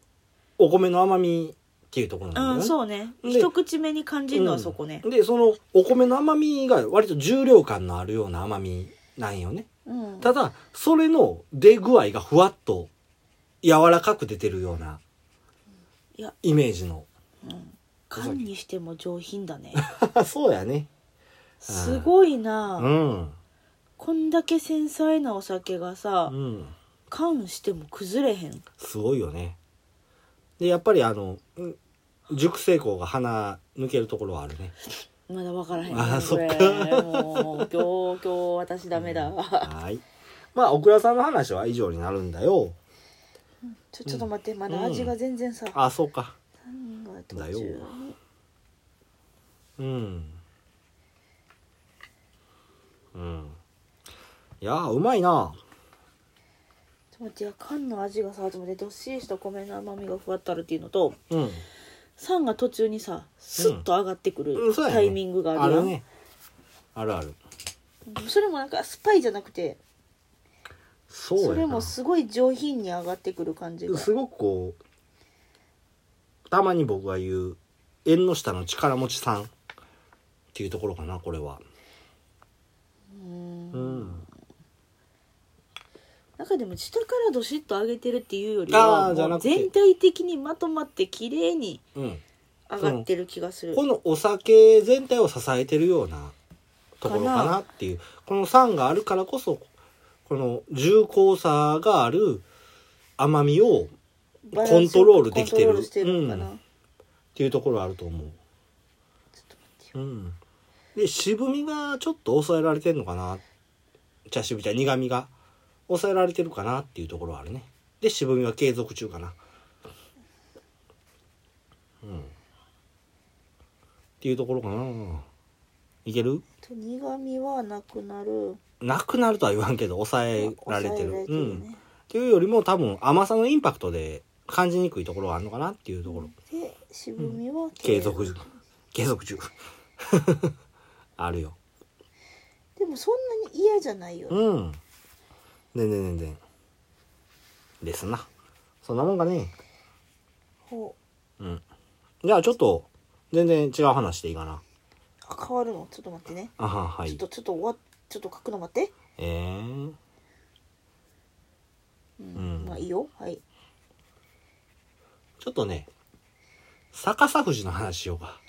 お米の甘みっていうところなんだよ
う
ね、
んそうね
で
一口目に感じるのはそこね
うんでそのお米の甘みが割と重量感のあるような甘みなんよね
うん
ただそれの出具合がふわっと柔らかく出てるようない
や
イメージの
缶にしても上品だね
そうやね
すごいうな、
ん
こんだけ繊細なお酒がさ、
うん
缶しても崩れへん
すごいよねでやっぱりあのうん熟成香が鼻抜けるところはあるね
まだ分からへん
あーそっか
かもう今日今日私ダメだ、
はいまあオクラさんの話は以上になるんだよ
ちょちょっと待ってまだ味が全然さ、
あそうか
うん、途
だ
中
よ
に
うんうんいやーうまいな
ちょっと待っていや缶の味がさちょっと待ってどっしりした米の甘みがふわっとあるっていうのと
うん
酸が途中にさスッと上がってくる
うんそうやね
タイミングがあ
あ
るやん
るねあるある
うんそれもなんかスパイじゃなくて
そうや
そ
な
れもすごい上品に上がってくる感じが
すごくこうたまに僕が言う縁の下の力持ちさんっていうところかなこれは
うん
うん
中でも下からどしっと上げてるっていうより
あ
は
ーじゃ
も
な
う
くて
全体的にまとまって綺麗に
うん
上がってる気がする、
このお酒全体を支えてるようなところかなっていうこの酸があるからこそこの重厚さがある甘みを
バランス
コント
よく
ロールできてる
コントロールしてるのかな、
うんっていうところあると思
ちょっと待って
う。うん、で渋みがちょっと抑えられてんのかな茶渋じゃ苦みが抑えられてるかなっていうところはあるね。で渋みは継続中かな。うん。っていうところかな。いける
よ苦味はなくなる
なくなるとは言わんけど抑えられてる。
抑え
うん。っ
ね
ていうよりも多分甘さのインパクトで感じにくいところはあるのかなっていうところ。
で渋みは
継続中。継続中。 あるよ。
でもそんなに嫌じゃないよ、ね
うん。でんでんでんでん。ですな。そんなもんかね。
ほう
うん。じゃあちょっと、全然違う話でいいかな。
あ変わるのちょっと待ってね、
あはんは
ちょ
い
っ。とちょっと終わちょっと書くの待って
えー。
う
うん
まあいいよはい
ちょっとね、逆さ富士の話しようか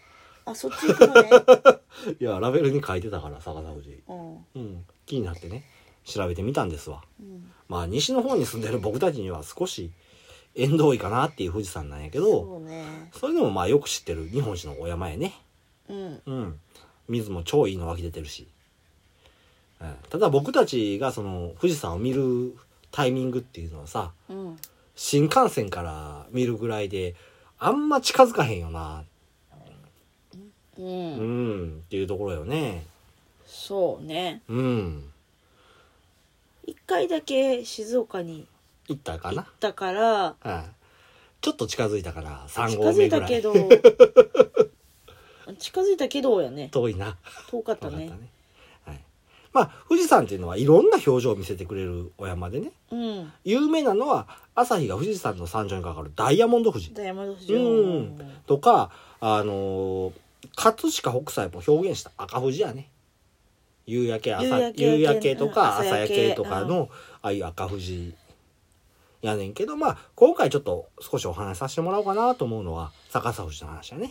あそっち行くのね
いやラベルに書いてたから逆さ富士
うん
うん気になってね調べてみたんですわ
うん
まあ西の方に住んでる僕たちには少し縁遠いかなっていう富士山なんやけど
そうね
それでもまあよく知ってる日本一のお山やね
うん
うん水も超いいの湧き出てるし、うん、ただ僕たちがその富士山を見るタイミングっていうのはさ
うん
新幹線から見るぐらいであんま近づかへんよな
う、
うんんっていうところよね
そうね
うん
一回だけ静岡に
行ったか
行っ
な、
たから
うん、ちょっと近づいたから3
近
合
づ
目
い
ぐ
た
ら
け
い
ど 近づいたけどやね
遠いな
遠かっ
分か
た
った
ね
ねはい、まあ富士山っていうのはいろんな表情を見せてくれるお山でね
うん
有名なのは朝日が富士山の山頂にかかるダイヤモンド富士
ダイヤモンド富士
うんとかあのー葛飾北斎も表現した赤富士やね夕焼け朝
夕
夕
焼
焼
け
けとか、
うん
朝
朝
焼
焼け
けとかの、ああいう赤富士やねんけどまあ今回ちょっと少しお話しさせてもらおうかなと思うのは逆さ富士の話だね、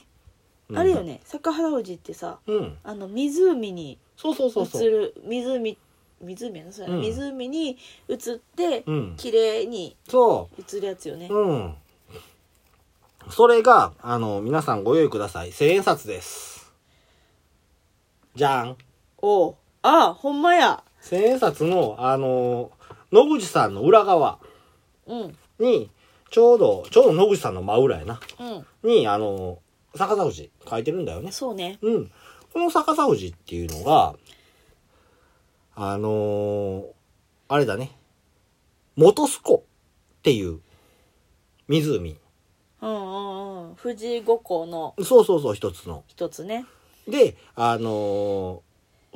うん
あれよね坂原富士ってさ
うん
あの湖に
そうそうそうそ
映
う
る湖湖やなそれ、
うん
湖に映って
うん
綺麗に
そ
映るやつよね
ううんそれがあの皆さんご用意ください千円札ですじゃん
おうああほんまや
千円札の、あのー野口さんの裏側
うん
に、ちょうど、ちょうど野口さんの真裏やな、
うん
に、あのー逆さ富士書いてるんだよね。
そうね
うん。この逆さ富士っていうのが、あのーあれだね、元栖湖っていう湖。
うんうんうん富士五湖の
そうそうそう、一つの。
一つね
で、あのー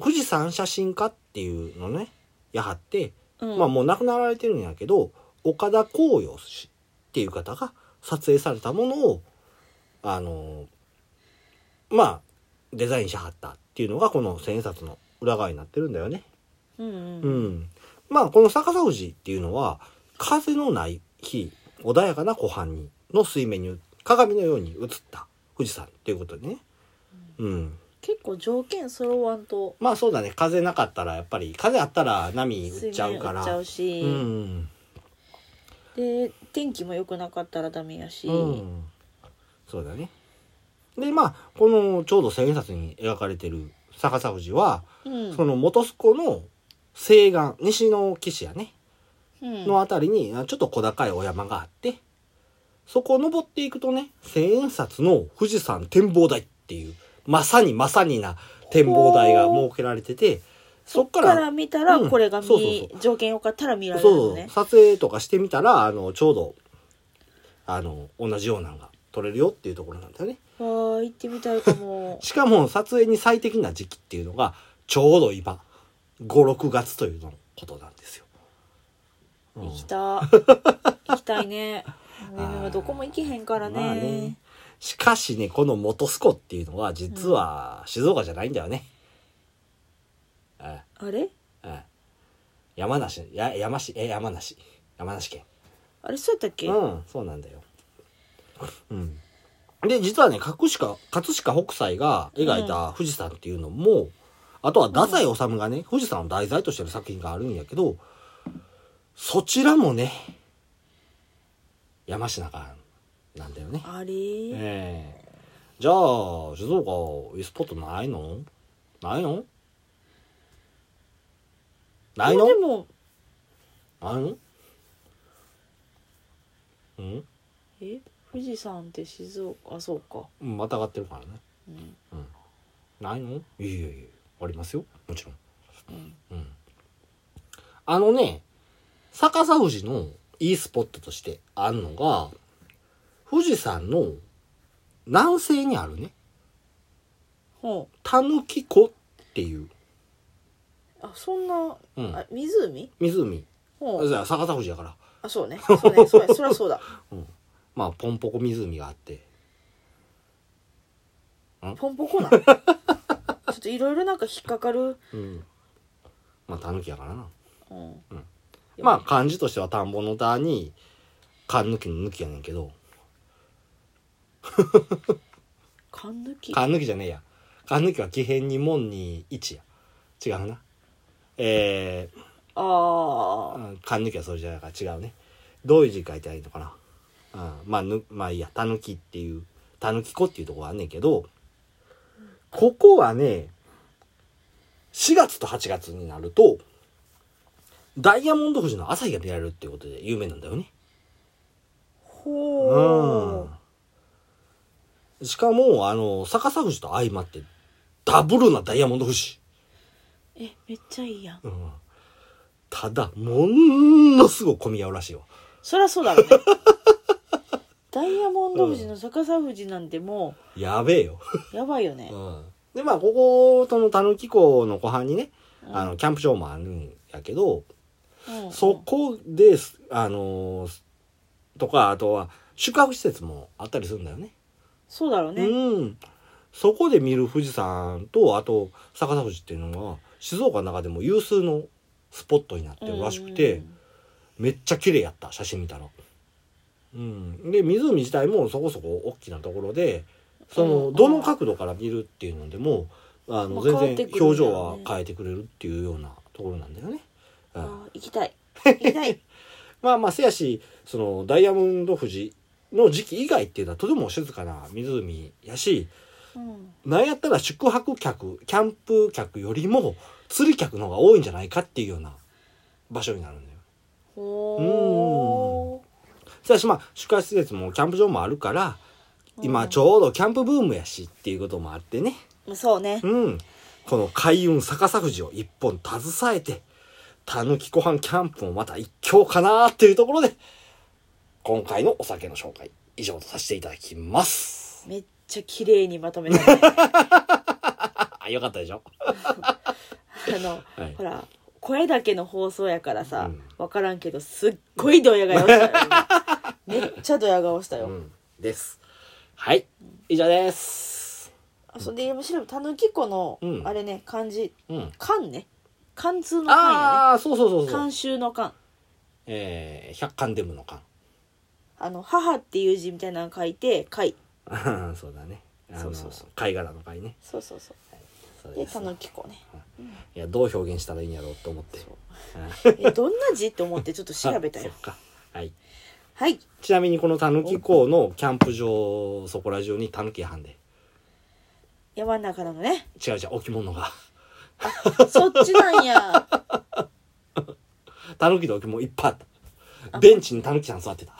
富士山写真家っていうのね、やはって、
うん
まあもう亡くなられてるんやけど岡田光陽氏っていう方が撮影されたものをあのーまあデザインしはったっていうのがこの千円札の裏側になってるんだよね。
うんうん
う、ん、まあこの逆さ富士っていうのは風のない日穏やかな湖畔にの水面に鏡のように映った富士山っていうことでね。うん、
結構条件揃わんと
まあそうだね風なかったらやっぱり風あったら波打っちゃうか
水面打っちゃ
ら。
うし、
うん
で天気も良くなかったらダメやし、
うん、そうだねでまあこのちょうど千円札に描かれてる逆さ富士は、
うん
その元栖湖の西岸西の岸やね、
うん
の辺りにあちょっと小高いお山があってそこを登っていくとね千円札の富士山展望台っていうまさにまさにな展望台が設けられてて
そ
そ
っ
っ
か
からら
見たら
うん
これが見、
そうそう
条件よかったら見られる
そ
の
う
ね
撮影とかしてみたらあのちょうどあの同じようなのが撮れるよっていうところなんだよね。
わあ行ってみたいかも
しかも撮影に最適な時期っていうのがちょうど今56月というのことなんですよ。うん
行 きた行きたいねでもどこも行けへんからね,、
まあねしかしねこの元栖湖っていうのは実は静岡じゃないんだよね。あ
あれ
あ山梨や山市え山梨山梨県。
あれそうやったっけ、
うんそうなんだよ。うん、で実はね葛飾葛飾北斎が描いた富士山っていうのも、あとは太宰治がね、富士山を題材としてる作品があるんやけどそちらもね山科がなんだよね。
あれ、
ええじゃあ静岡 e スポットないのないのない
ま
の
あでも
ないのうん
え富士山って静岡あそうか、
うんまた上がってるからね
うん
ないのいやいやいやありますよもちろん
うん、
うんあのね逆さ富士のいいスポットとしてあるのが富士山の南西にあるね
ほ
たぬき湖っていう、
うあそんな、
うん
あ湖
湖
ほ
あ
う
じゃあ逆さ富士やから
あそうねそうねそうやそりゃそうだ
まあポンポコ湖があって
ポンポ コなちょっといろいろなんか引っかかる、
うんまあたぬきやからな
うん、
まあ漢字としては田んぼの田に勘抜きの抜きやねんけど
缶抜き
缶抜きじゃねえや缶抜きは奇変に門に1や違うなえー
ああ
うん缶抜きはそれじゃないから違うねどういう字書いたらいいのかな、うん、まあぬまあいいやたぬきっていうたぬき粉っていうとこがあんねんけどここはね4月と8月になるとダイヤモンド富士の朝日が見られるっていうことで有名なんだよね
ほ
うんしかもあの逆さ富士と相まってダブルなダイヤモンド富士
うえめっちゃいいやん
うんただものすごい混み合うらしいよ
そりゃそうだろ うねダイヤモンド富士の逆さ富士なんても
やべえよ、
うやばいよね、
うん、でまあこことのたぬき湖の湖畔にね
うん
あのキャンプ場もあるんやけど、
うん
そこですあのーとかあとは宿泊施設もあったりするんだよね
そうだろうね、
うんそこで見る富士山とあと逆さ富士っていうのは静岡の中でも有数のスポットになってるらしくて、
うん
めっちゃ綺麗やった写真見たら。うん、で湖自体もそこそこ大きなところでそ
うんう
の
ん
どの角度から見るっていうのでもあ
ま
の
あ変わ
全
って
然
くるんだよね
表情は変えてくれるっていうようなところなんだよね。うん
あー行きたい行きたい
まあまあせやしそのダイヤモンド富士の時期以外っていうのはとても静かな湖やし
うん
なんやったら宿泊客キャンプ客よりも釣り客の方が多いんじゃないかっていうような場所になるんだよ。
ほ
ただしまあ宿泊施設もキャンプ場もあるから
うん
今ちょうどキャンプブームやしっていうこともあってね
ーそうね
うんこの開運逆さ富士を一本携えてたぬき湖畔キャンプもまた一興かなっていうところで今回のお酒の紹介以上とさせていただきます
めっちゃ綺麗にまとめた ね
あよかったでしょ
あの、
はい
ほら声だけの放送やからさ、
うん
わからんけどすっごいドヤ顔した よ今めっちゃドヤ顔した
う
よ、
んですはい以上です
あそれで今調べたぬきこの、
うん
あれね漢字
うん
缶ね貫通の缶やね
ああそうそうそうそう
慣習の缶
えー、百貫デムの缶
あの母っていう字みたいなの書いて貝
あーそうだねあの
そうそうそう
貝殻の貝ね
そうそうそ
そう
うで
で
た
す
ぬきこね
いやどう表現したらいいんやろうと思って
そう
うん
えどんな字って思ってちょっと調べ た
あ
よ
そっかはい
はい
ちなみにこのたぬき港のキャンプ場そこら中にたぬき班で
山の中なのね
違う違う置物が
そっちなんや。
たぬきの置物いっぱいあったベンチにたぬきさん座ってた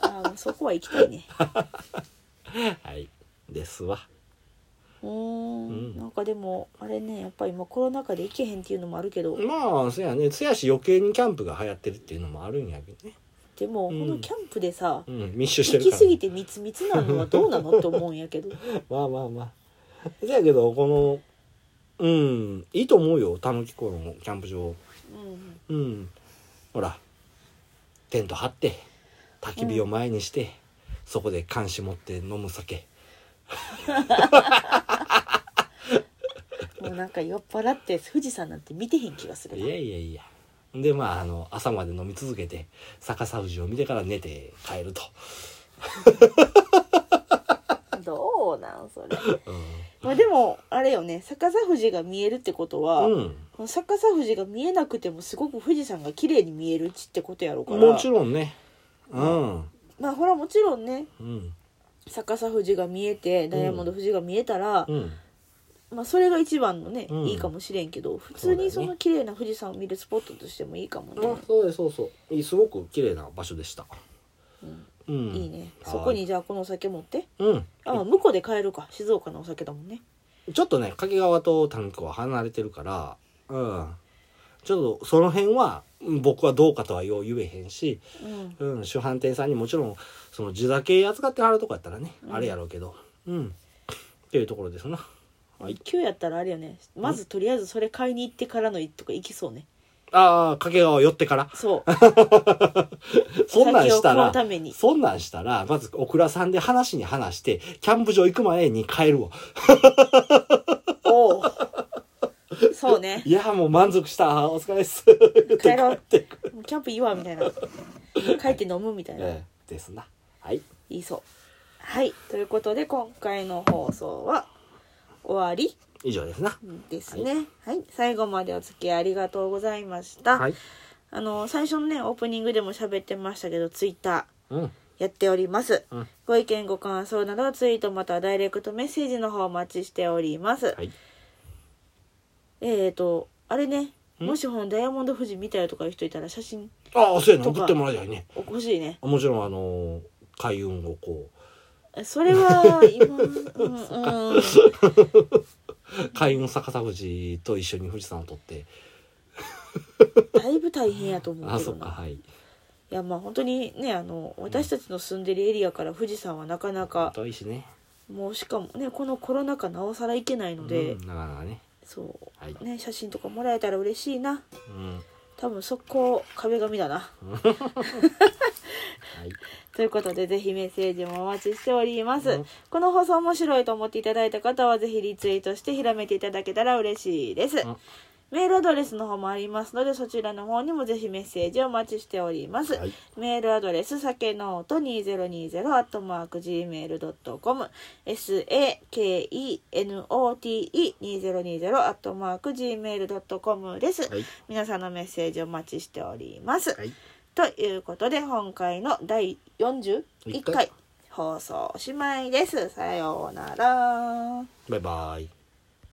あーそこは行きたいね。
はいですわ
うー
うん
ん。なんかでも、あれね、やっぱり今コロナ禍で行けへんっていうのもあるけど、
まあそやねせやし余計にキャンプが流行ってるっていうのもあるんやけどね
でも、こ
うん
のキャンプでさ、
うん密集して
行
る
き
から
過ぎて密密なのはどうなのって思うんや けど。
まあまあまあせやけどこのうんいいと思うよたぬき港のキャンプ場
うん。
うんほらテント張って焚き火を前にして、そこで監視持って飲む酒
もうなんか酔っ払って富士山なんて見てへん気がする
い
な。
やいやいやでまああの朝まで飲み続けて逆さ富士を見てから寝て帰ると、
どうなんそれ。
う
まあでも、あれよね、逆さ富士が見えるってことは、
ん
この逆さ富士が見えなくてもすごく富士山が綺麗に見える地ってことやろうか
うん、
ら
もちろんねうん
まあほらもちろんね
うん
逆さ富士が見えてダイヤモンド富士が見えたら、
うん
まあ、それが一番のね、
うん
いいかもしれんけど普通に
そ
そ
だ
う
よね
の綺麗な富士山を見るスポットとしてもいいかもね、
あそうですそうそういいすごく綺麗な場所でしたうん、
いいね
はい
そこにじゃあこのお酒持って
うん
あ向こうで買えるか静岡のお酒だもんね
ちょっとね掛川とタヌキは離れてるからうんちょっとその辺はうん僕はどうかとはよう言えへんし、
うん
うん、主販店さんにもちろんその地酒扱ってはるとこやったらね、
うん
あれやろうけどうんっていうところですなはい
9やったらあれよねまずとりあえずそれ買いに行ってからのとか行きそうね
ああ掛川寄ってから
そう
そんなんした
酒を買
ら
うために
そんなんしたらまずオクラさんで話に話してキャンプ場行く前に帰るわ
おうそうね
いやーもう満足したお疲れっす
帰ろう
って
もうキャンプいいわみたいな帰って飲むみたいな
ええですなはい
言いそうはいということで今回の放送は終わり
以上ですな。
ですねはい、最後までお付き合いありがとうございました、
はい。
あの最初のねオープニングでも喋ってましたけどツイッタ
うん。
ーやっております、
うん
ご意見ご感想などはツイートまたはダイレクトメッセージの方お待ちしております、
はい。
えーとあれね
ん
もしほんダイヤモンド富士見たよとかいう人いたら写真
ああ、そうやな。
とか
送ってもらいたいね。
欲しいね
もちろん、あのー、開運をこ
そ れは今、うんうん、
う、開運逆さ富士と一緒に富士山を撮って、
だいぶ大変やと思
あ、
うけ
そ
ど
っか、
な
はい。
いやまあ本当にねあの私たちの住んでるエリアから富士山はなかなか
遠いしね。
もうしかもねこのコロナ禍なおさらいけないので、
うんなかなかね。
そ
はい。
うね写真とかもらえたら嬉しいな
うん。は。
多分速攻壁紙だないということでぜひメッセージもお待ちしております、
うん
この放送面白いと思っていただいた方はぜひリツイートして広めていただけたら嬉しいです、
ん
メールアドレスの方もありますのでそちらの方にもぜひメッセージをお待ちしております、
はい
メールアドレスさけのうと 2020-gmail.com sakenote2020-gmail.com です、
はい。
皆さんのメッセージをお待ちしております、
はい。
ということで今回の第41
一
回
回
放送おしまいです。さようなら。
バイバイ。